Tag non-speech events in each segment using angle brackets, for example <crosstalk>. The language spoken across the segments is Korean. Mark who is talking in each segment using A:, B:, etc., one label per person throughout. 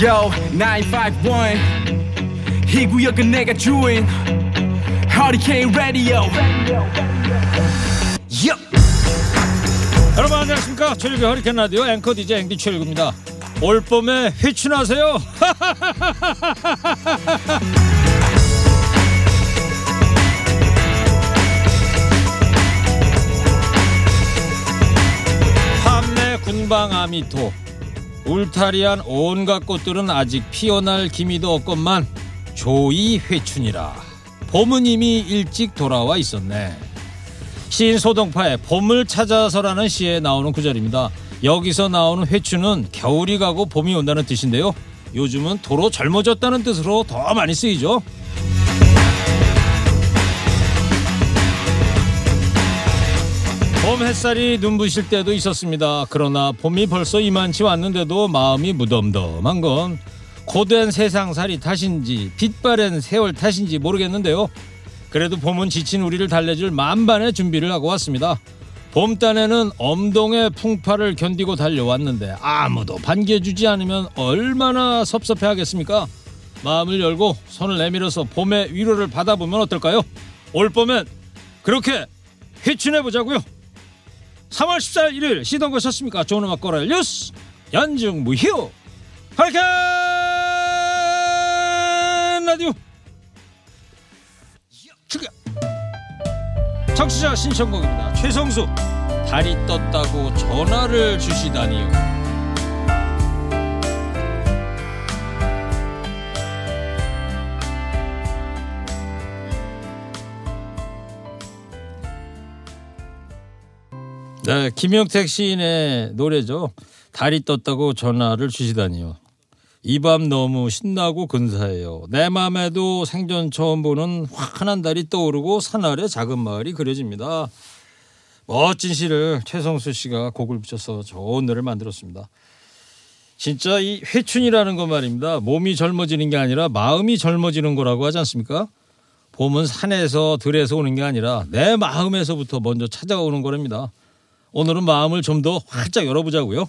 A: Yo, 951. 이 구역은 내가 주인. Hurricane Radio. Yo.
B: 여러분 안녕하십니까 최일구 허리케인 라디오 앵커 DJ 앵디 최일구입니다 올 봄에 회춘하세요 <laughs> 함내 군방 아미토 울타리한 온갖 꽃들은 아직 피어날 기미도 없건만 조이 회춘이라 봄은 이미 일찍 돌아와 있었네 시인 소동파의 봄을 찾아서라는 시에 나오는 구절입니다. 여기서 나오는 회춘은 겨울이 가고 봄이 온다는 뜻인데요. 요즘은 도로 젊어졌다는 뜻으로 더 많이 쓰이죠. 봄 햇살이 눈부실 때도 있었습니다. 그러나 봄이 벌써 이만치 왔는데도 마음이 무덤덤한 건 고된 세상살이 탓인지 빛바랜 세월 탓인지 모르겠는데요. 그래도 봄은 지친 우리를 달래줄 만반의 준비를 하고 왔습니다. 봄단에는 엄동의 풍파를 견디고 달려왔는데 아무도 반겨주지 않으면 얼마나 섭섭해 하겠습니까? 마음을 열고 손을 내밀어서 봄의 위로를 받아보면 어떨까요? 올 봄엔 그렇게 휘춘해보자고요. 3월 14일 일요일 시동 거셨습니까? 좋은 음악 꺼라 뉴스 연중 무휴 하리케인 라디오 출격 청취자 신청곡입니다 최성수 달이 떴다고 전화를 주시다니요 네 김영택 시인의 노래죠 달이 떴다고 전화를 주시다니요 이 밤 너무 신나고 근사해요. 내 맘에도 생전 처음 보는 환한 달이 떠오르고 산아래 작은 마을이 그려집니다. 멋진 시를 최성수 씨가 곡을 붙여서 좋은 노래를 만들었습니다. 진짜 이 회춘이라는 거 말입니다. 몸이 젊어지는 게 아니라 마음이 젊어지는 거라고 하지 않습니까? 봄은 산에서 들에서 오는 게 아니라 내 마음에서부터 먼저 찾아오는 거랍니다. 오늘은 마음을 좀 더 활짝 열어보자고요.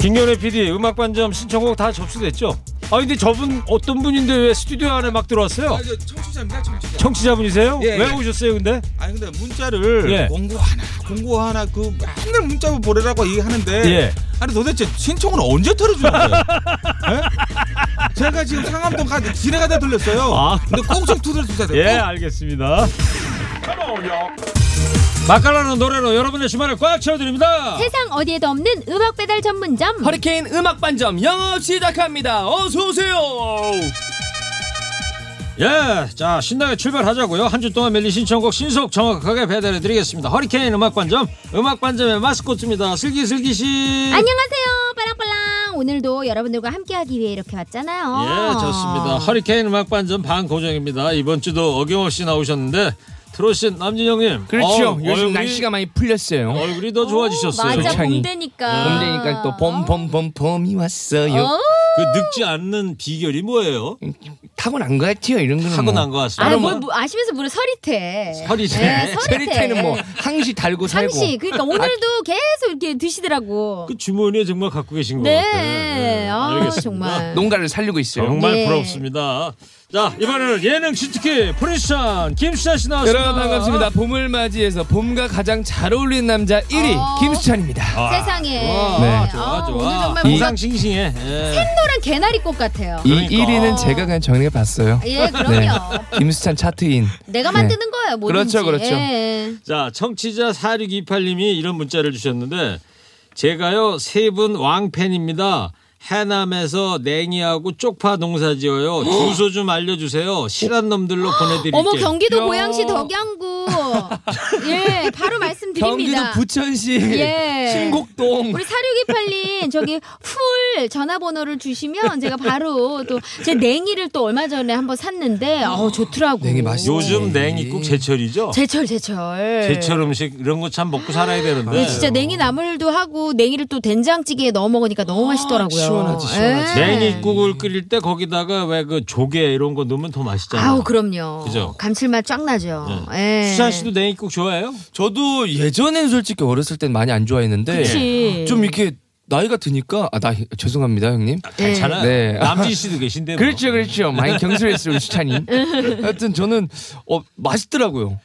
B: 김경래 PD 음악 반점 신청곡 다 접수됐죠? 아 근데 저분 어떤 분인데 왜 스튜디오 안에 막 들어왔어요?
C: 아, 저 청취자입니다, 청취자.
B: 청취자분이세요?
C: 예,
B: 왜
C: 예.
B: 오셨어요 근데?
C: 아니 근데 문자를
B: 예.
C: 공고 하나, 공고 하나 그 맨날 문자 보내라고 얘기하는데
B: 예.
C: 아니 도대체 신청은
B: <laughs>
C: 언제 털어주는 거예요? 예? 제가 지금 상암동 가는데 길에 가다 들렸어요.
B: 아.
C: 근데 꼭 좀 두드려 주셔야 돼요.
B: 예
C: 꼭.
B: 알겠습니다 맛깔나는 노래로 여러분의 주말을 꽉 채워드립니다
D: 세상 어디에도 없는 음악 배달 전문점
E: 허리케인 음악 반점 영업 시작합니다. 어서 오세요.
B: 예, 자 신나게 출발하자고요. 한 주 동안 밀린 신청곡 신속 정확하게 배달해드리겠습니다. 허리케인 음악 반점, 음악 반점의 마스코트입니다. 슬기슬기 씨.
D: 안녕하세요 빠랑빠랑 오늘도 여러분들과 함께하기 위해 이렇게 왔잖아요
B: 예, 좋습니다. 허리케인 음악 반점 반고정입니다. 이번 주도 어김없이 나오셨는데 트로신 남진영님.
E: 그렇죠.
B: 어우,
E: 요즘
B: 얼굴이-
E: 날씨가 많이 풀렸어요.
B: 얼굴이 더 좋아지셨어요.
D: 맞아
E: 창이.
D: 봄
E: 예.
D: 되니까
E: 봄 되니까 또 봄 봄 봄 봄이 왔어요.
D: 어?
B: 그 늙지 않는 비결이 뭐예요?
E: 타고난 것 같아요. 이런 거는
B: 타고난 것
E: 뭐.
B: 같습니다.
D: 아,
E: 바로
D: 뭘,
E: 뭐-
D: 뭐 아시면서 물어 서리태
B: 허리제.
E: <laughs>
D: 예, 서리태.
E: 세리태는 뭐 항시 달고 살고. 아.
D: 상시 그러니까 오늘도 계속 이렇게 드시더라고
B: 그 주머니에 정말 갖고 계신 것
D: 네,
B: 같아요.
D: 아,
B: 알겠습니다.
D: 정말
E: 농가를 살리고 있어요.
B: 정말
D: 예.
B: 부럽습니다. 자 이번에는 예능 시트키 프리션 김수찬 씨 나왔습니다.
E: 여러분 반갑습니다. 봄을 맞이해서 봄과 가장 잘 어울리는 남자 1위
D: 어.
E: 김수찬입니다.
B: 아,
D: 세상에
B: 좋아,
E: 네.
B: 좋아,
D: 아,
B: 좋아.
D: 오늘 정말
E: 이-
D: 뭔가
B: 이상 싱싱해. 예.
D: 노란 개나리꽃 같아요
E: 이
B: 그러니까.
E: 1위는 제가 그냥 정리해 봤어요.
D: 예 그럼요
E: 김수찬 차트인.
D: 내가
E: 네.
D: 만드는 거예요 뭐든지
E: 그렇죠, 그렇죠.
D: 예.
B: 자, 청취자 4628님이 이런 문자를 주셨는데 제가요 세 분 왕팬입니다. 해남에서 냉이하고 쪽파 농사 지어요. 주소 좀 알려주세요. 실한 놈들로 보내드릴게요.
D: 어머 경기도
E: 야.
D: 고양시
E: <laughs>
D: 덕양구 예 바로 말씀드립니다
E: 경기도 부천시
D: 예.
E: 신곡동
D: 우리 사륙이팔린 저기 풀 전화번호를 주시면 제가 바로 또 제 냉이를 또 얼마 전에 한번 샀는데 어 좋더라고.
E: 냉이 맛있지.
B: 요즘
E: 네.
B: 냉이국 제철이죠.
D: 제철 제철.
B: 제철 음식 이런 거 참 먹고 살아야 되는데
D: 예, 진짜 냉이 나물도 하고 냉이를 또 된장찌개에 넣어 먹으니까 너무 맛있더라고요.
E: 아, 시원하지, 시원하지.
D: 예.
B: 냉이국을 끓일 때 거기다가 왜 그 조개 이런 거 넣으면 더 맛있잖아요.
D: 아우 그럼요.
B: 그죠?
D: 감칠맛 쫙 나죠.
E: 네.
D: 예.
B: 수찬 씨도 냉이국 좋아해요?
E: 저도 예전엔 솔직히 어렸을 땐 많이 안 좋아했는데
D: 그치.
E: 좀 이렇게 나이가 드니까 아 나이 죄송합니다 형님.
B: 괜찮아.
E: 네.
B: 남진 씨도 계신데. 뭐.
E: 그렇죠, 그렇죠. 많이 경솔했어요, 우리
D: <laughs>
E: 수찬이. 하여튼 저는 어 맛있더라고요.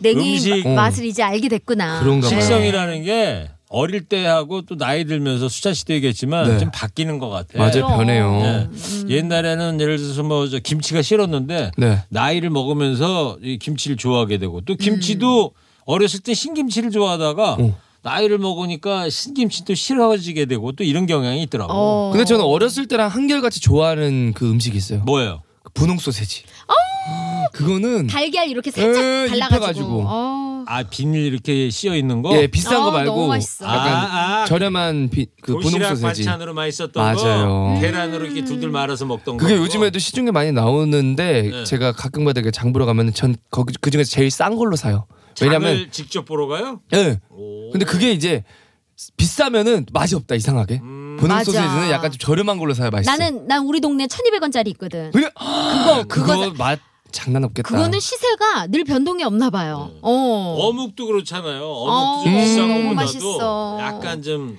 D: 냉이
B: 음식.
D: 맛을 이제 알게 됐구나.
E: 그런가 봐요.
B: 식성이라는 게 어릴 때하고 또 나이 들면서 수찬 씨도 얘기했지만
E: 네.
B: 좀 바뀌는 것 같아.
D: 네.
E: 맞아요, 어. 변해요.
B: 예. 옛날에는 예를 들어서 뭐 저 김치가 싫었는데
E: 네.
B: 나이를 먹으면서 이 김치를 좋아하게 되고 또 김치도 어렸을 때 신김치를 좋아하다가
E: 어.
B: 나이를 먹으니까 신김치도 싫어지게 되고 또 이런 경향이 있더라고.
D: 어.
E: 근데 저는 어렸을 때랑 한결같이 좋아하는 그 음식이 있어요.
B: 뭐예요?
E: 그 분홍 소세지.
D: 어!
E: 그거는
D: 달걀 이렇게 살짝
E: 음. 에,
D: 발라가지고.
E: 입혀가지고.
D: 어.
B: 아 비닐 이렇게 씌어 있는 거.
E: 예 비싼
D: 아,
E: 거
D: 너무
E: 말고
D: 맛있어.
E: 약간
B: 아, 아.
E: 저렴한 비- 그 분홍
B: 도시락
E: 소세지.
B: 반찬으로 많이 썼던 거. 음.
E: 맞아요.
B: 계란으로 이렇게 둘둘 말아서 먹던 거.
E: 그게 요즘에도 시중에 많이 나오는데
B: 네.
E: 제가 가끔가다 이렇게 장 보러 가면 전 거기 그 중에서 제일 싼 걸로 사요. 왜냐면
B: 장을 직접 보러 가요?
E: 예.
B: 오.
E: 근데 그게 이제 비싸면은 맛이 없다 이상하게.
B: 음.
E: 분홍
D: 맞아.
E: 소세지는 약간 좀 저렴한 걸로 사야 맛있어. 아,
D: 나는 난 우리 동네 1,200원짜리 있거든.
E: 그냥
D: 그거 그거
E: 맛 장난 없겠다.
D: 그거는 시세가 늘 변동이 없나 봐요. 어.
B: 어묵도 그렇잖아요. 어묵도 좀
D: 어,
B: 비싼
D: 음,
B: 거보다도
D: 맛있어.
B: 약간 좀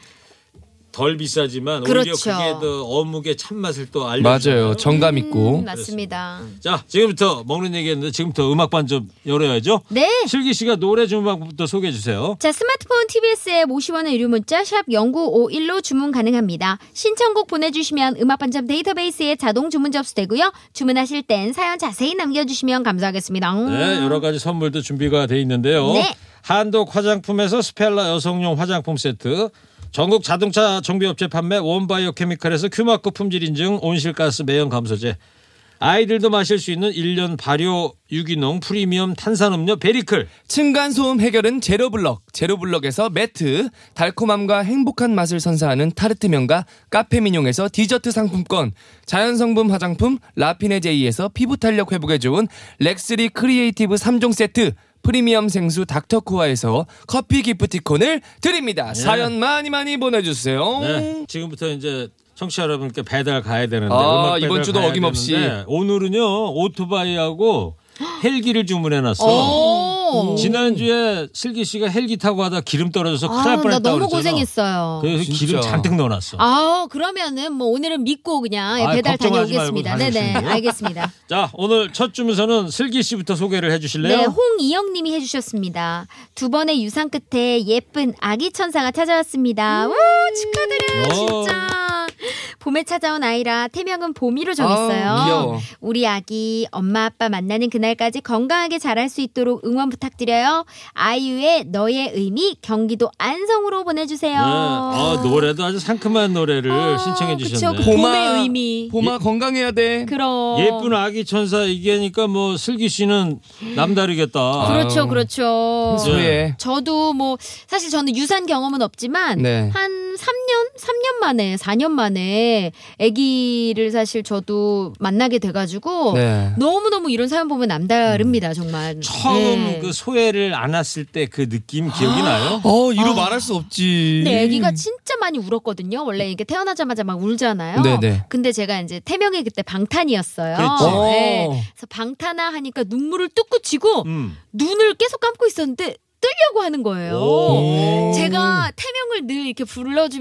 B: 덜 비싸지만 오히려
D: 그렇죠.
B: 그게 더 어묵의 참맛을 또 알려
E: 맞아요. 정감 있고.
D: 음, 맞습니다.
B: 자, 지금부터 먹는 얘기했는데 지금부터 음악반 좀 열어야죠.
D: 네.
B: 슬기 씨가 노래 좀 음악부터 소개해 주세요.
D: 자, 스마트폰 TBS 앱 50원의 유료 문자 샵 0951로 주문 가능합니다. 신청곡 보내주시면 음악반점 데이터베이스에 자동 주문 접수되고요. 주문하실 땐 사연 자세히 남겨주시면 감사하겠습니다.
B: 네, 여러 가지 선물도 준비가 돼 있는데요.
D: 네.
B: 한독 화장품에서 스펠라 여성용 화장품 세트, 전국 자동차 정비업체 판매 원바이오 케미칼에서 큐마크 품질 인증 온실가스 매연 감소제, 아이들도 마실 수 있는 일년 발효 유기농 프리미엄 탄산음료 베리클,
E: 층간소음 해결은 제로블럭. 제로블럭에서 매트. 달콤함과 행복한 맛을 선사하는 타르트 명가 카페민용에서 디저트 상품권. 자연성분 화장품 라피네제이에서 피부 탄력 회복에 좋은 렉스리 크리에이티브 3종 세트. 프리미엄 생수 닥터코아에서 커피 기프티콘을 드립니다. 사연 많이 많이 보내주세요.
B: 네, 지금부터 이제 청취자 여러분께 배달 가야 되는데
E: 아,
B: 음악 배달
E: 이번 주도
B: 가야
E: 어김없이.
B: 되는데 오늘은요 오토바이하고 헬기를 주문해놨어.
D: 오.
B: 음. 지난주에 슬기 씨가 헬기 타고 하다 기름 떨어져서 큰일
D: 아,
B: 날
D: 나
B: 뻔했다고
D: 너무
B: 그랬잖아.
D: 고생했어요.
B: 그래서
E: 진짜.
B: 기름 잔뜩 넣어놨어.
D: 아, 그러면은 뭐 오늘은 믿고 그냥 예,
B: 아이,
D: 배달
B: 걱정하지 말고
D: 다녀오겠습니다.
B: 다녀오시는
D: 네네,
B: 거예요? <laughs>
D: 알겠습니다.
B: 자 오늘 첫 주문서는 슬기 씨부터 소개를 해주실래요?
D: 네, 홍이영님이 해주셨습니다. 두 번의 유산 끝에 예쁜 아기 천사가
B: 음.
D: 찾아왔습니다. 와 축하드려요,
B: 오.
D: 진짜. 봄에 찾아온 아이라 태명은 봄이로 정했어요.
E: 아우, 귀여워.
D: 우리 아기 엄마 아빠 만나는 그날까지 건강하게 자랄 수 있도록 응원 부탁드려요. 아이유의 너의 의미 경기도 안성으로 보내주세요.
B: 네. 아, 노래도 아주 상큼한 노래를
D: 아,
B: 신청해
D: 그쵸.
B: 주셨네.
D: 봄- 봄의 의미. 그렇죠.
E: 봄아 건강해야 돼.
D: 그럼
B: 예쁜 아기 천사 얘기하니까 뭐 슬기 씨는 남다르겠다.
D: 그렇죠,
E: 아우.
D: 그렇죠.
E: 소예.
D: 저도 뭐 사실 저는 유산 경험은 없지만
E: 네.
D: 한 3년 3년 만에 4년 만에 아기를 사실 저도 만나게 돼 가지고
E: 네.
D: 너무너무 이런 사연 보면 남다릅니다, 정말.
B: 처음
D: 네. 아,
B: 그 소외를 안았을 때 그 느낌 기억이 나요?
E: 어, 이루 말할 수 없지.
D: 근데 아기가 진짜 많이 울었거든요. 원래 이게 태어나자마자 막 울잖아요.
E: 네네.
D: 근데 제가 이제 태명이 그때 방탄이었어요.
B: 그렇지.
D: 네.
E: 오.
D: 그래서 방탄아 하니까 눈물을 뚝 그치고
B: 음.
D: 눈을 계속 감고 있었는데 뜨려고 하는 거예요.
B: 오.
D: 제가 태명을 늘 이렇게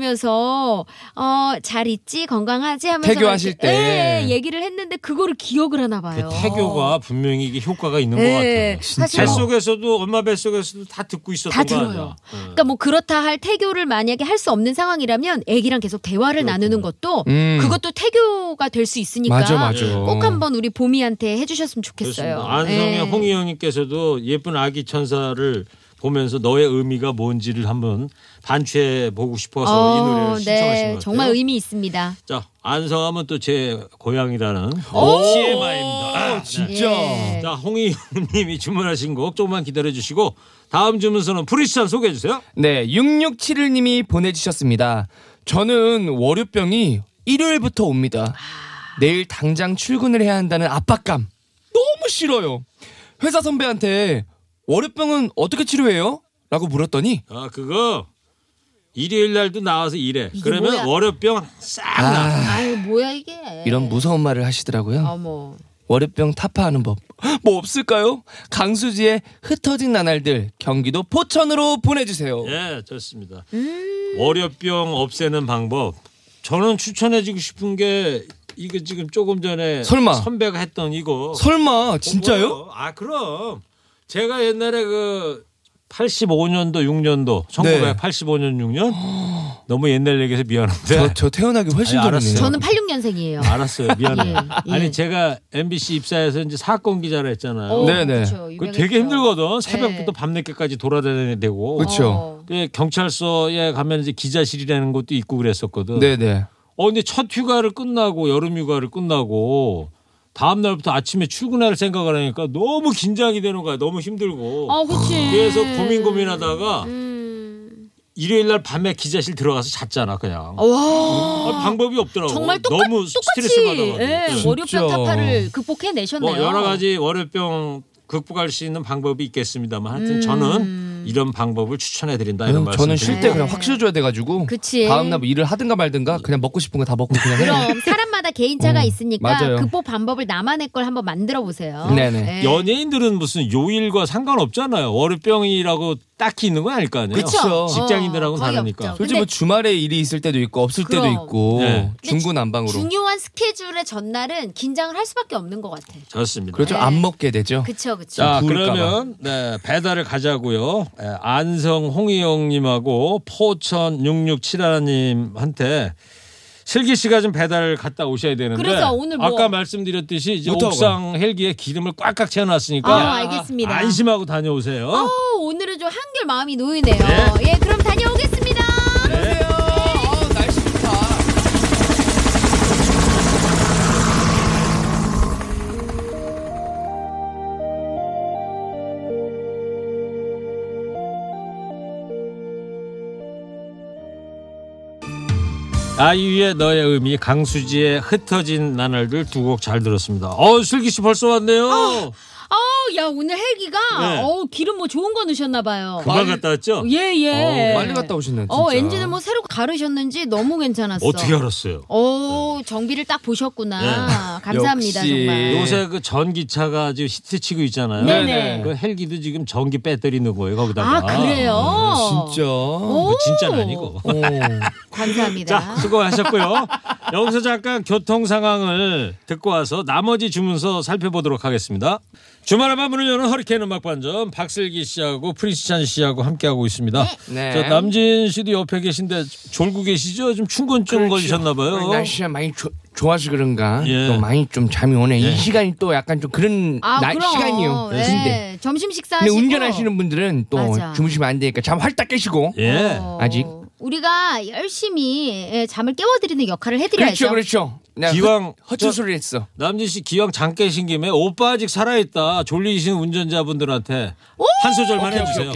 D: 불러주면서 어 잘 있지 건강하지 하면서
E: 태교하실
D: 이렇게,
E: 때.
D: 예, 얘기를 했는데 그거를 기억을 하나
B: 그
D: 봐요. 예,
B: 태교가 분명히 이게 효과가 있는
D: 네.
B: 것 같아요.
D: 사실 뭐,
B: 뱃속에서도 엄마 뱃속에서도 다 듣고 있었던
D: 다
B: 거 아니야. 예.
D: 들어요.
B: 응.
D: 그러니까 뭐 그렇다 할 태교를 만약에 할 수 없는 상황이라면 아기랑 계속 대화를 나누는 것도
E: 음.
D: 그것도 태교가 될 수 있으니까
E: 맞아, 맞아.
D: 꼭 한번 우리 보미한테 해주셨으면 좋겠어요.
B: 그렇습니다. 안성의
D: 예.
B: 홍희영님께서도 예쁜 아기 천사를 보면서 너의 의미가 뭔지를 한번 반추해 보고 싶어서 이
D: 어,
B: 노래를 신청하신 것
D: 네,
B: 같아요.
D: 정말 의미 있습니다.
B: 자, 안성하면 또 제 고향이라는 TMI입니다. 아,
E: 진짜.
D: 예.
B: 자, 홍희영님이 주문하신 곡 조금만 기다려 주시고 다음 주문서는 프리스찬 소개해 주세요.
E: 네, 6671님이 보내주셨습니다. 저는 월요병이 일요일부터 옵니다. 내일 당장 출근을 해야 한다는 압박감. 너무 싫어요. 회사 선배한테 월요병은 어떻게 치료해요? 라고 물었더니
B: 아, 그거 일요일 날도 나와서 일해. 그러면
D: 뭐야?
B: 월요병 싹 나.
D: 아유 뭐야 이게.
E: 이런 무서운 말을 하시더라고요.
D: 어머.
E: 월요병 타파하는 법. <laughs> 뭐 없을까요? 강수지의 흩어진 나날들 경기도 포천으로 보내주세요.
B: 예, 좋습니다. 예,
E: 음.
B: 월요병 없애는 방법. 저는 추천해주고 싶은 게 이거 지금 조금 전에
E: 설마.
B: 선배가 했던 이거.
E: 설마 진짜요?
B: 뭐예요? 아 그럼 제가 옛날에 그 85년도 6년도 1985년 6년 너무 옛날 얘기해서 미안한데
E: 네. 어. 저, 저 태어나기 훨씬
B: 아니, 알았어요.
E: 전이네요.
D: 저는 86년생이에요.
B: <laughs> 알았어요 미안해 요
D: 예, 예.
B: 아니 제가 MBC 입사해서 이제 사건 기자를 했잖아요.
D: 어,
E: 네네.
B: 그 되게
D: 네.
B: 힘들거든 새벽부터 밤늦게까지 돌아다녀야 되고
E: 네. 그렇죠.
B: 그 경찰서에 가면 이제 기자실이라는 것도 있고 그랬었거든.
E: 네네.
B: 어 근데 첫 휴가를 끝나고 여름 휴가를 끝나고 다음 날부터 아침에 출근할 생각을 하니까 너무 긴장이 되는 거야. 너무 힘들고.
D: 아, 그치.
B: 그래서 고민 고민하다가
D: 음.
B: 일요일 날 밤에 기자실 들어가서 잤잖아 그냥.
D: 와.
B: 아, 방법이 없더라고.
D: 정말 똑같,
B: 너무 스트레스
D: 똑같이
B: 받아가지고.
D: 예,
B: 응.
D: 월요병
E: 진짜.
D: 타파를 극복해내셨네요.
B: 뭐 여러 가지 월요병 극복할 수 있는 방법이 있겠습니다만 하여튼
D: 음.
B: 저는 이런 방법을 추천해 드린다 이런 말씀.
E: 음, 저는 쉴 때
D: 네.
E: 그냥 확 쉬어줘야 돼가지고
D: 그치.
E: 다음날 뭐 일을 하든가 말든가 그냥 먹고 싶은 거 다 먹고 그냥 해요.
D: 그럼 사람마다 개인차가
E: 음,
D: 있으니까
E: 맞아요.
D: 극복 방법을 나만의 걸 한번 만들어 보세요.
E: 네네.
D: 예.
B: 연예인들은 무슨 요일과 상관없잖아요. 월요병이라고 딱히 있는 건 아닐 거 아니에요.
E: 그쵸.
D: 그렇죠.
B: 직장인들하고
D: 어, 거의
B: 다르니까.
D: 없죠.
E: 솔직히 뭐
D: 근데
E: 주말에 일이 있을 때도 있고 없을 때도
D: 그럼.
E: 있고
B: 네.
E: 중구난방으로
D: 중요한 스케줄의 전날은 긴장을 할 수밖에 없는 것 같아.
B: 좋습니다.
E: 그렇죠
D: 네.
E: 안 먹게 되죠.
D: 그쵸 그쵸.
B: 자
E: 부을까봐.
B: 그러면 네, 배달을 가자고요. 에, 안성 홍희영님하고 포천 6671님한테 슬기 씨가 좀 배달을 갔다 오셔야 되는데
D: 그래서 오늘 뭐-
B: 아까 말씀드렸듯이 이제
E: 못하고
B: 옥상 헬기에 기름을 꽉꽉
D: 아,
B: 채워놨으니까
D: 알겠습니다.
B: 안심하고 다녀오세요.
D: 어, 오늘은 좀 한결 마음이 놓이네요.
B: 네.
D: 예, 그럼 다녀오겠습니다.
E: 아, 날씨 좋다.
B: 아이유의 너의 의미, 강수지의 흩어진 나날들 두 곡 잘 들었습니다. 어 슬기 씨 벌써 왔네요.
D: 아, 어우, 야 오늘 헬기가
B: 네.
D: 어우 기름 뭐 좋은 거 넣으셨나 봐요.
B: 금방 갔다 왔죠?
D: 예 예.
E: 어우, 빨리 갔다 오시네, 진짜.
D: 어 엔진을 뭐 새로 가르셨는지 너무 괜찮았어.
B: 어떻게 알았어요?
D: 어 정비를 딱 보셨구나.
B: 네.
D: 감사합니다
E: 역시.
D: 정말.
E: 네.
B: 요새 그 전기차가 지금 히트치고 있잖아요.
D: 네네.
B: 그 헬기도 지금 전기 배터리 넣은 거예요 거기다가.
D: 아 그래요. 어,
E: 진짜. 어. 오.
B: 그 진짜는 아니고.
D: 감사합니다.
B: 자그
E: <laughs>
B: 수고하셨고요. 여기서 잠깐 교통 상황을 듣고 와서 나머지 주문서 살펴보도록 하겠습니다. 주말에 밤문을 여는 허리케인 음악 반점 박슬기 씨하고 프린스찬 씨하고 함께하고 있습니다.
E: 네.
B: 저 남진 씨도 옆에 계신데 졸고 계시죠? 좀 충곤증 걸리셨나 봐요.
E: 그렇죠. 날씨가 많이 조, 좋아서 그런가
B: 어? 예.
E: 또 많이 좀 잠이 오네. 이 시간이 또 약간 좀 그런
D: 아
E: 날
D: 그럼.
E: 시간이요.
D: 네.
E: 근데,
D: 점심 식사하시고.
E: 근데 운전하시는 분들은 또
D: 맞아.
E: 주무시면 안 되니까 잠 활짝 깨시고.
B: 예.
D: 어,
E: 아직.
D: 우리가 열심히 예, 잠을 깨워드리는 역할을 해드려야죠.
E: 그렇죠, 그렇죠. 내가
B: 기왕-
E: 허- 허튼 소리 했어.
B: 남진 씨 기왕 잠 깨신 김에 오빠 아직 살아있다 졸리신 분전자분들한테 한 소절만 해주세요.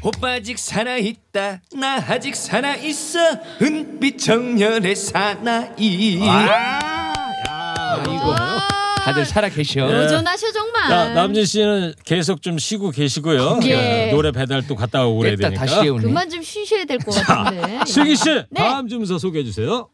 E: 오빠 아직 살아 있다. 나 아직 살아 있어. 은빛 정열의 사나이. 아,
B: 야,
E: 이거 다들 살아 계셔.
D: 여전하셔 정말.
B: 자, 남진 씨는 계속 좀 쉬고 계시고요.
D: 예.
B: 그 노래 배달 또 갔다 오고 그래야
E: 됐다
B: 되니까.
E: 다시 해오네.
D: 그만 좀 쉬셔야 될 것 같은데.
B: <laughs> 슬기 씨
D: 네.
B: 다음 주문서 소개해 주세요.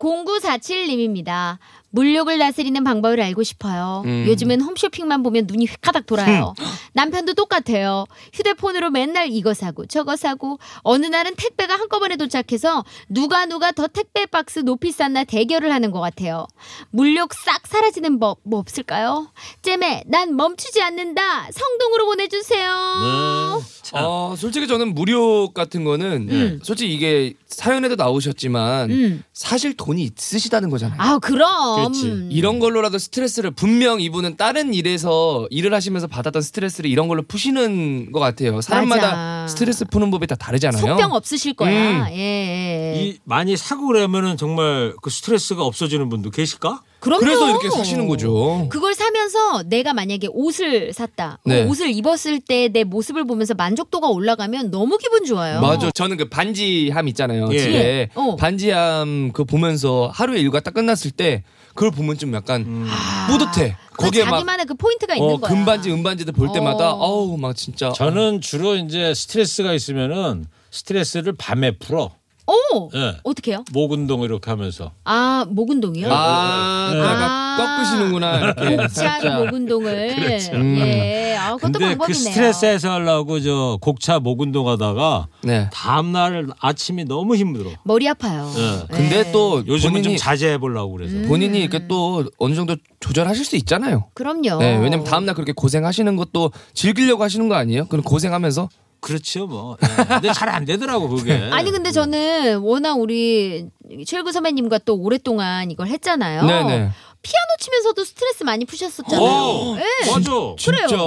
D: 0947님입니다. 물욕을 다스리는 방법을 알고 싶어요.
B: 음.
D: 요즘은 홈쇼핑만 보면 눈이 휘가닥 돌아요. 남편도 똑같아요. 휴대폰으로 맨날 이거 사고 저거 사고 어느 날은 택배가 한꺼번에 도착해서 누가 누가 더 택배 박스 높이 쌌나 대결을 하는 것 같아요. 물욕 싹 사라지는 법 뭐 없을까요? 잼에 난 멈추지 않는다. 성동으로 보내주세요.
B: 네.
E: 어, 솔직히 저는 무료 같은 거는 솔직히 이게 사연에도 나오셨지만
D: 음.
E: 사실 돈이 있으시다는 거잖아요. 음.
D: 아 그럼.
B: 그렇지.
E: 이런 걸로라도 스트레스를 분명 이분은 다른 일에서 일을 하시면서 받았던 스트레스를 이런 걸로 푸시는 것 같아요. 사람마다
D: 맞아.
E: 스트레스 푸는 법이 다 다르잖아요.
D: 속병 없으실 거야.
E: 음.
D: 예, 예. 예.
B: 이 많이 사고 그러면은 정말 그 스트레스가 없어지는 분도 계실까?
D: 어, 그럼요.
E: 그래서 이렇게 사시는 거죠.
D: 그걸 사면서 내가 만약에 옷을 샀다.
E: 네.
D: 그 옷을 입었을 때 내 모습을 보면서 만족도가 올라가면 너무 기분 좋아요.
E: 맞아. 저는 그 반지함 있잖아요.
B: 예.
E: 집에
D: 어.
E: 반지함 그 보면서 하루의 일과 딱 끝났을 때 그걸 보면 좀 약간
B: 음.
E: 뿌듯해.
D: 그
E: 거기에 막
D: 자기만의 그 포인트가
E: 어,
D: 있는 거야.
E: 금반지 은반지들 볼 때마다
D: 어.
E: 어우 막 진짜
B: 저는 주로 이제 스트레스가 있으면은 스트레스를 밤에 풀어.
D: 오
B: 예.
D: 어떻게요?
B: 목 운동 이렇게 하면서
D: 아 목운동이요?
E: 아,
B: 네.
E: 가
D: 아.
E: 꺾으시는구나
D: <laughs>
E: 이렇게.
D: 곡차
E: <laughs>
D: 목운동을
E: 그렇죠. 음.
D: 예, 아, 그것도
B: 근데
D: 방법이네요.
B: 그 스트레스 해소하려고 저 곡차 목 운동하다가
E: 네.
B: 다음 날 아침이 너무 힘들어.
D: 머리 아파요.
B: 예.
E: 근데
D: 예.
E: 또
B: 요즘은
E: 본인이
B: 좀 자제해 보려고 그래서.
D: 음.
E: 본인이 이렇게 또 어느 정도 조절하실 수 있잖아요.
D: 그럼요.
E: 네, 왜냐면 다음날 그렇게 고생하시는 것도 즐기려고 하시는 거 아니에요? 그럼 고생하면서
B: 그렇죠 뭐. 예. 근데 잘 안 되더라고 그게.
D: <laughs> 아니 근데
E: 네.
D: 저는 워낙 우리 최일구 선배님과 또 오랫동안 이걸 했잖아요.
E: 네네.
D: 피아노 치면서도 스트레스 많이
B: 오,
D: 푸셨었잖아요. 예.
B: 어, 맞아.
D: 그래요. 네.
E: 진짜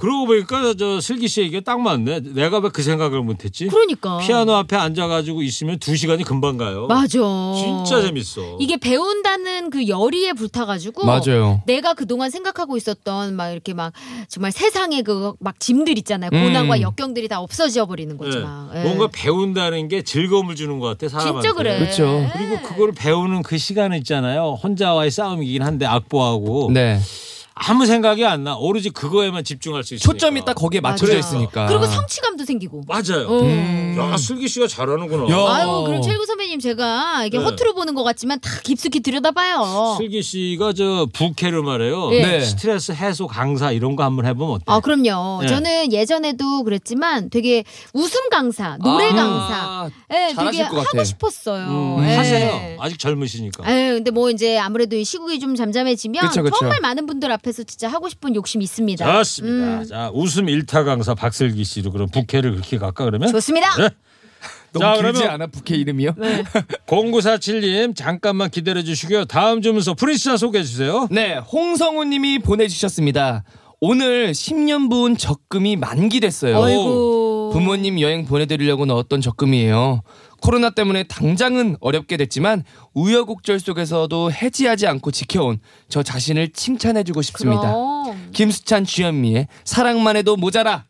B: 그러고 보니까 저 슬기 씨 얘기가 딱 맞네. 내가 왜 그 생각을 못했지?
D: 그러니까.
B: 피아노 앞에 앉아가지고 있으면 두 시간이 금방 가요.
D: 맞아.
B: 진짜 재밌어.
D: 이게 배운다는 그 열의에 불타가지고
E: 맞아요.
D: 내가 그동안 생각하고 있었던 막 이렇게 막 정말 세상의 그 막 짐들 있잖아요. 고난과
E: 음. 네.
D: 역경들이 다 없어져 버리는 거지
B: 예.
D: 막. 예.
B: 뭔가 배운다는 게 즐거움을 주는 것 같아 사람한테.
D: 진짜 그래.
E: 그렇죠.
B: 그리고 그걸 배우는 그 시간 있잖아요. 혼자와의 싸움이긴 한데 악보하고
E: 네.
B: 아무 생각이 안 나. 오로지 그거에만 집중할 수 있어.
E: 초점이 딱 거기에 맞춰져
D: 그러니까. 맞아요.
E: 있으니까.
D: 그리고 성취감도 생기고.
B: 맞아요.
D: 어.
B: 야 슬기 씨가 잘하는구나.
E: 야.
D: 아유, 그럼 최일구 선배님 제가 이게
B: 네.
D: 허투루 보는 것 같지만 다 깊숙이 들여다봐요.
B: 슬기 씨가 저 부캐를 말해요.
D: 예.
E: 네.
B: 스트레스 해소 강사 이런 거 한번 해보면 어때?
D: 아, 그럼요.
B: 네.
D: 저는 예전에도 그랬지만 되게 웃음 강사, 노래 강사.
E: 아,
D: 예, 되게
E: 잘하실 것 같아.
D: 하고 싶었어요.
B: 음,
D: 예.
B: 하세요. 아직 젊으시니까.
D: 에 근데 뭐 이제 아무래도 이 시국이 좀 잠잠해지면
E: 그쵸, 그쵸.
D: 정말 많은 분들 앞에서 진짜 하고 싶은 욕심 이 있습니다.
B: 좋습니다. 자 웃음 일타 강사 박슬기 씨로 그럼 부캐를 그렇게 갈까 그러면?
D: 좋습니다.
B: 네.
E: 너무
B: 자,
E: 길지
B: 그러면-
E: 않아 부캐 이름이요?
D: 네.
B: 0947님 잠깐만 기다려 주시고요. 다음 주문서 프린스나 소개해 주세요.
E: 네, 홍성우님이 보내주셨습니다. 오늘 10년분 적금이 만기됐어요.
D: 어이구.
E: 부모님 여행 보내드리려고 넣었던 적금이에요. 코로나 때문에 당장은 어렵게 됐지만 우여곡절 속에서도 해지하지 않고 지켜온 저 자신을 칭찬해주고 싶습니다.
D: 그럼.
E: 김수찬 주현미의 사랑만 해도 모자라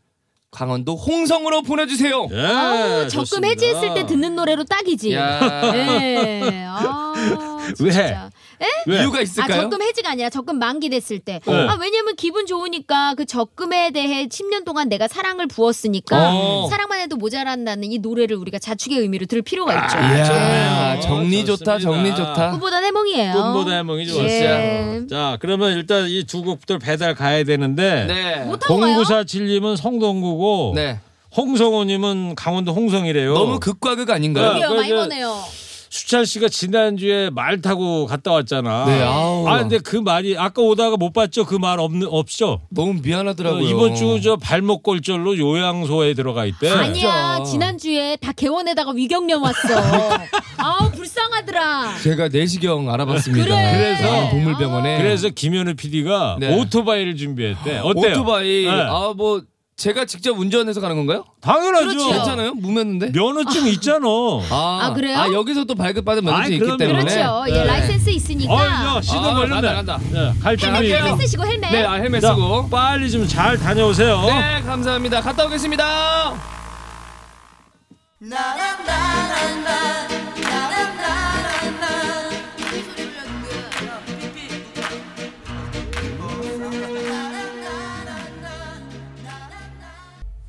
E: 강원도 홍성으로 보내주세요.
B: 예,
D: 아우, 적금
B: 좋습니다.
D: 해지했을 때 듣는 노래로 딱이지.
E: 네, 야,
D: 예. 아, 진짜.
B: 왜?
E: 이유가
D: 아,
E: 있을까요?
D: 적금 해지가 아니라 적금 만기 됐을 때.
B: 네.
D: 아, 왜냐면 기분 좋으니까 그 적금에 대해 10년 동안 내가 사랑을 부었으니까
E: 어.
D: 사랑만 해도 모자란다는 이 노래를 우리가 자축의 의미로 들을 필요가 있죠. 예.
E: 이야,
B: 아, 예. 좋네요.
E: 정리 좋다,
B: 좋습니다.
E: 정리 좋다.
D: 꿈보다 해몽이에요.
B: 꿈보다 해몽이 좋았어요.
D: 예.
B: 자, 그러면 일단 이 두 곡부터 배달 가야 되는데
E: 네.
D: 못한 거예요?
B: 0947님은 성동구고
E: 네.
B: 홍성호님은 강원도 홍성이래요.
E: 너무 그- 극과 극 아닌가요?
B: 네.
D: 그래요, 많이
B: 그래서-
D: 보네요.
B: 수찬 씨가 지난주에 말 타고 갔다 왔잖아.
E: 네, 아우.
B: 아, 근데 그 말이 아까 오다가 못 봤죠? 그 말 없는 없죠?
E: 너무
B: 어,
E: 미안하더라고요.
B: 이번 주 저 발목 골절로 요양소에 들어가 있대.
D: 아니야
E: 진짜.
B: 그렇죠.
D: 지난주에 다 개원에다가
B: <laughs>
D: 위경련 왔어. 아우 불쌍하더라.
E: 제가 내시경 알아봤습니다.
D: 그래. 그래서?
E: 동물병원에
B: 그래서 김현우 PD가
E: 네.
B: 오토바이를 준비했대. 어때요?
E: 오토바이
B: 네.
E: 아 뭐 제가 직접 운전해서 가는 건가요?
B: 당연하죠.
D: 그렇죠.
E: 괜찮아요? 무면허인데?
B: 면허증 있잖아.
D: 아, 그래요?
E: 아 여기서 또 발급받은 면허증
B: 아이,
E: 이
B: 그럼요.
E: 있기 때문에.
D: 그렇죠. 예, 라이센스
B: 네.
D: 있으니까.
B: 어, 야, 시동
E: 아,
B: 걸렸네.
E: 간다, 간다.
B: 예, 갈 준비.
E: 갈게요.
D: 헬멧 쓰시고 헬멧.
E: 네, 아 헬멧
B: 자,
E: 쓰고.
B: 빨리 좀 잘 다녀오세요.
E: 네, 감사합니다. 갔다 오겠습니다.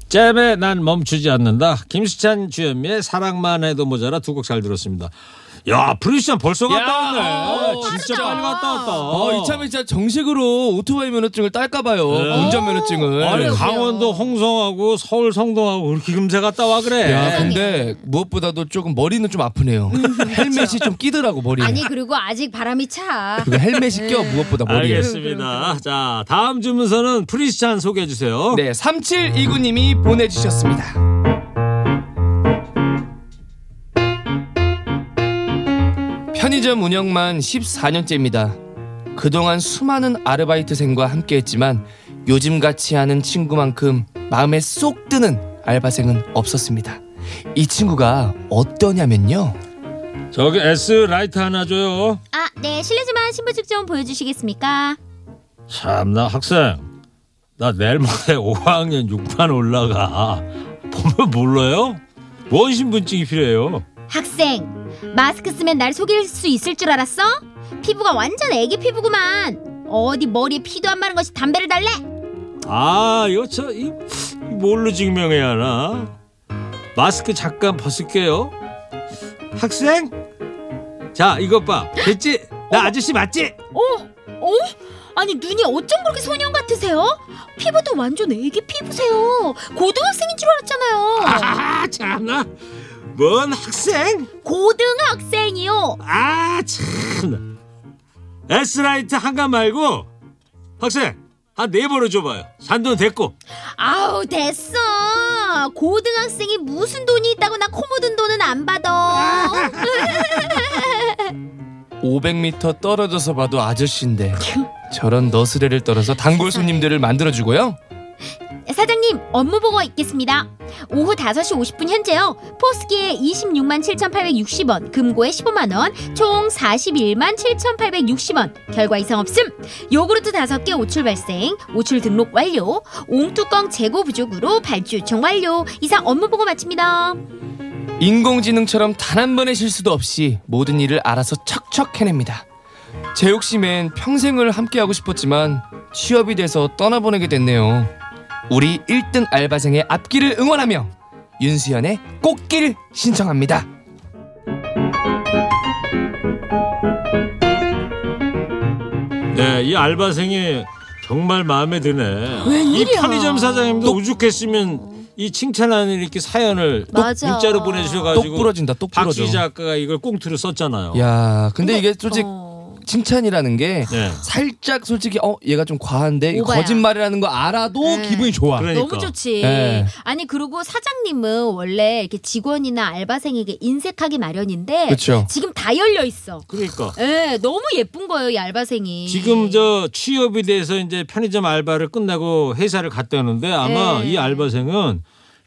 B: 잼에 난 멈추지 않는다. 김수찬 주현미의 사랑만 해도 모자라 두 곡 잘 들었습니다. 야, 프리스찬 벌써 갔다
E: 야,
B: 왔네.
E: 어,
B: 진짜 빨리
E: 빠르다.
B: 갔다 왔다.
D: 아,
E: 어, 이참에 진짜 정식으로 오토바이 면허증을 딸까봐요. 운전 면허증을.
B: 네. 아니,
D: 그래요,
B: 강원도
D: 그래요.
B: 홍성하고 서울 성동하고 그렇게 금세 갔다 와 그래.
E: 야, 근데 무엇보다도 조금 머리는 좀 아프네요.
B: 그렇죠.
E: 헬멧이 좀 끼더라고 머리.
D: 음. 아니 그리고 아직 바람이 차.
E: 그리고 헬멧이 껴 무엇보다 머리에.
B: 네. 알겠습니다. 자, 다음 주문서는 프리스찬 소개해 주세요.
E: 네, 3729님이 보내주셨습니다. 편의점 운영만 14년째입니다. 그동안 수많은 아르바이트생과 함께했지만 요즘 같이 하는 친구만큼 마음에 쏙 드는 알바생은 없었습니다. 이 친구가 어떠냐면요.
B: 저기 S 라이트 하나 줘요.
D: 아, 네 실례지만 신분증 좀 보여주시겠습니까?
B: 참나 학생. 나 내일 모레 <laughs> 5학년 6반 올라가. 보면 몰라요? 뭔 신분증이 필요해요?
D: 학생 마스크 쓰면 날 속일 수 있을 줄 알았어? 피부가 완전 애기 피부구만. 어디 머리에 피도 안 마른 것이 담배를 달래?
B: 아, 이거 저, 이, 뭘로 증명해야 하나? 마스크 잠깐 벗을게요. 학생? 자, 이것 봐. 됐지? 나 아저씨 맞지?
D: 어? 어? 아니 눈이 어쩜 그렇게 소년 같으세요? 피부도 완전 애기 피부세요. 고등학생인 줄 알았잖아요.
B: 아, 참나. 뭔 학생?
D: 고등학생이요.
B: 아, 참나. S라이트 한가 말고 학생 한 네 번을 줘봐요. 산돈 됐고.
D: 아우 됐어. 고등학생이 무슨 돈이 있다고 나 코 묻은 돈은 안 받아.
E: 500m 떨어져서 봐도 아저씨인데 저런 너스레를 떨어서 단골 손님들을 만들어주고요.
D: 사장님 업무 보고 있겠습니다. 오후 5시 50분 현재요. 포스기에 26만 7,860원, 금고에 15만 원, 총 41만 7,860원. 결과 이상 없음. 요구르트 5개 오출 발생, 오출 등록 완료, 옹뚜껑 재고 부족으로 발주 요청 완료. 이상 업무 보고 마칩니다.
E: 인공지능처럼 단 한 번의 실수도 없이 모든 일을 알아서 척척 해냅니다. 제 욕심엔 평생을 함께하고 싶었지만 취업이 돼서 떠나보내게 됐네요. 우리 1등 알바생의 앞길을 응원하며 윤수연의 꽃길 신청합니다.
B: 네, 이 알바생이 정말 마음에 드네. 웬일이야? 이 편의점 사장님도 오죽했으면 이 칭찬하는 이렇게 사연을 똑
D: 맞아.
B: 문자로 보내주셔가지고
E: 똑 부러진다, 똑
B: 박
E: 부러져.
B: 작가가 이걸 꽁트로 썼잖아요.
E: 야, 근데 이게 솔직히
D: 어,
E: 칭찬이라는 게
B: 네.
E: 살짝 솔직히 어 얘가 좀 과한데 이거
D: 오바야.
E: 거짓말이라는 거 알아도
D: 네.
E: 기분이 좋아.
B: 그러니까.
D: 너무 좋지.
E: 예.
D: 아니 그리고 사장님은 원래 이렇게 직원이나 알바생에게 인색하기 마련인데
E: 그쵸.
D: 지금 다 열려 있어.
B: 그러니까.
D: 예, 너무 예쁜 거예요, 이 알바생이.
B: 지금 저 취업이 돼서 이제 편의점 알바를 끝나고 회사를 갔다는데 아마
D: 네.
B: 이 알바생은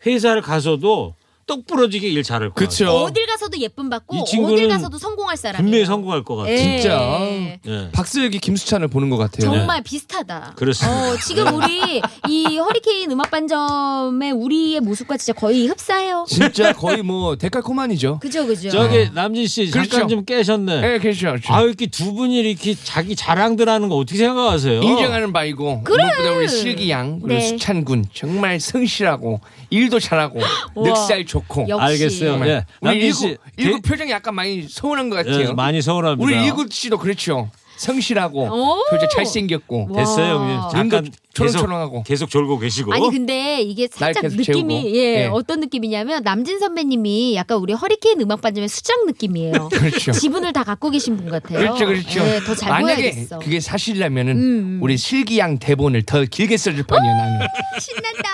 B: 회사를 가서도 똑 부러지게 일 잘할 거야.
E: 그쵸.
D: 어딜 가서도 예쁨 받고
B: 이 친구는
D: 어딜 가서도 성공할 사람이에요.
B: 분명히 성공할 것 같아.
D: 예.
E: 진짜. 네.
B: 예.
E: 박수혁이 김수찬을 보는 것 같아요.
D: 정말 비슷하다.
B: 그렇습니다.
D: 어,
E: 네.
D: 지금 우리 이 허리케인 음악 반점의 우리의 모습과 진짜 거의 흡사해요.
E: 진짜 거의 뭐 데칼코만이죠.
D: 그죠, 그죠.
B: 저기 남진 씨 잠깐
E: 그렇죠.
B: 좀 깨셨네.
E: 예, 그렇죠. 그렇죠.
B: 아 이렇게 두 분이 이렇게 자기 자랑들 하는 거 어떻게 생각하세요?
E: 인정하는 바이고
D: 그래.
E: 무엇보다 우리 슬기 양 그리고
D: 네.
E: 수찬 군 정말 성실하고 일도 잘하고
D: <gasps> 우와.
E: 늑살 좋고
D: 역-
B: 알겠어요.
E: 정말.
B: 예.
E: 우리
B: 남진
E: 일구
B: 씨
E: 일구
B: 게-
E: 표정이 약간 많이 서운한 것
B: 예,
E: 같아요.
B: 많이 서운합니다.
E: 우리 일구 씨도 그렇죠. 성실하고
D: 오.
E: 표정 잘생겼고
D: 와.
B: 됐어요, 형님. 잠깐
E: 눈도 초롱초롱하고.
B: 계속, 계속 졸고 계시고.
D: 아니 근데 이게 살짝
E: 계속
D: 느낌이
E: 재우고.
D: 예,
E: 예.
D: 어떤 느낌이냐면 남진 선배님이 약간 우리 허리케인 음악 반점의 수장 느낌이에요.
E: <laughs> 그렇죠.
D: 지분을 다 갖고 계신 분 같아요.
E: 그렇죠, 그렇죠.
D: 예, 더잘
E: 만약에
D: 보여야겠어.
E: 그게 사실이라면은
D: 음.
E: 우리 슬기양 대본을 더 길게 써줄 뻔이야
D: <gasps>
E: 나는.
D: 신난다.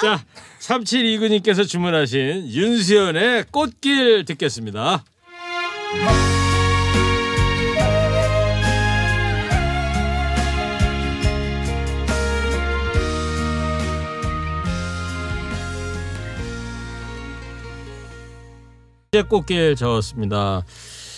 B: 자, 3729님께서 주문하신 윤수연의 꽃길 듣겠습니다. 이제 꽃길 저었습니다.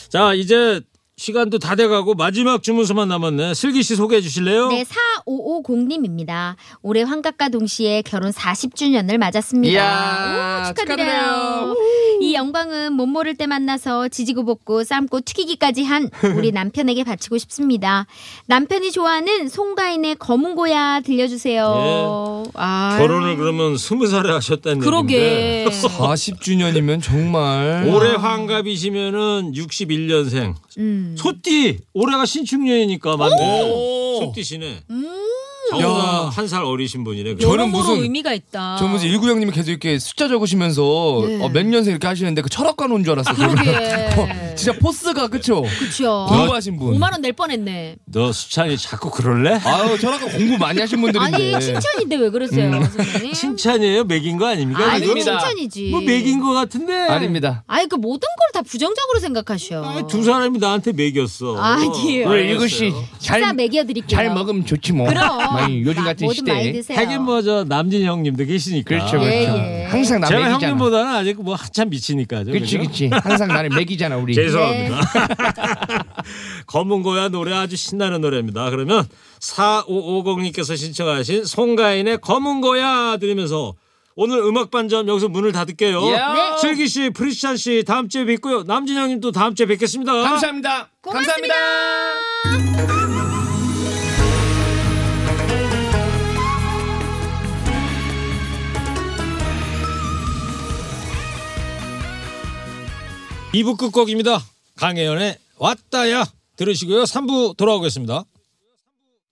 B: 자, 이제 시간도 다 돼가고 마지막 주문서만 남았네. 슬기 씨 소개해 주실래요?
D: 네, 4550님입니다. 올해 환갑과 동시에 결혼 40주년을 맞았습니다.
E: 이야,
D: 오, 축하드려요.
E: 축하드려요.
D: 이 영광은 못 모를 때 만나서 지지고 볶고 삶고 튀기기까지 한 우리 남편에게 바치고 싶습니다. 남편이 좋아하는 송가인의 검은 고야 들려주세요. 아,
B: 예. 결혼을 그러면 스무 살에 하셨다는 얘기인데
D: 그러게. <laughs>
E: 40주년이면 정말
B: 올해 환갑이시면은 61년생
D: 음.
B: 소띠 올해가 신축년이니까 맞네 소띠시네
D: 음.
B: 저보다
E: 야.
B: 한 살 어리신 분이네
E: 저는
D: 여러모로
E: 무슨-
D: 의미가 있다.
E: 저 무슨 일구 형님이 계속 이렇게 숫자 적으시면서
D: 네.
E: 어, 몇 년생 이렇게 하시는데 그 철학관 온 줄
D: 아,
E: 알았어요.
B: <laughs> 뭐,
D: 그러게.
E: 진짜 포스가 그쵸?
D: 그렇죠.
E: 공부하신 분.
D: 5만 원 낼 뻔했네.
B: 너 수찬이 자꾸 그럴래?
E: 아유 철학관 공부 많이 하신 분들인데.
D: 아니 칭찬인데 왜 그러세요, 선생님?
B: 음. 칭찬이에요? 맥인 거 아닙니까?
D: 아니
B: 지금?
E: 아닙니다.
D: 칭찬이지.
B: 뭐 맥인 거 같은데
E: 아닙니다.
D: 아니 그 모든 걸 다 부정적으로 생각하셔.
B: 아니, 두 사람이 나한테 맥였어
D: 아니에요.
E: 우리 일구 씨잘
D: 식사
E: 잘
D: 매겨드릴게요.
E: 먹으면 좋지 뭐.
D: 그럼.
E: 많이 요즘
D: 마-
E: 같은
D: 뭐든 많이
E: 시대에.
D: 드세요.
B: 하긴 뭐 저 남진 형님도 계시니까
E: 그렇죠 그렇죠.
D: 예, 예.
E: 항상 남
B: 제가
E: 얘기잖아.
B: 형님보다는 아직 뭐 한참 미치니까
E: 그렇죠, 그치 그치 항상 나를 먹이잖아 우리
D: 네.
B: 죄송합니다. 검은 고야 노래 아주 신나는 노래입니다. 그러면 4550님께서 신청하신 송가인의 검은 고야 들으면서 오늘 음악 반점 여기서 문을 닫을게요.
E: 네.
B: 슬기 씨, 프리시찬 씨 다음 주에 뵙고요. 남진영 님도 다음 주에 뵙겠습니다.
E: 감사합니다
D: 고맙습니다.
E: 감사합니다
B: 2부 끝곡입니다. 강혜연의 왔다야 들으시고요. 3부 돌아오겠습니다.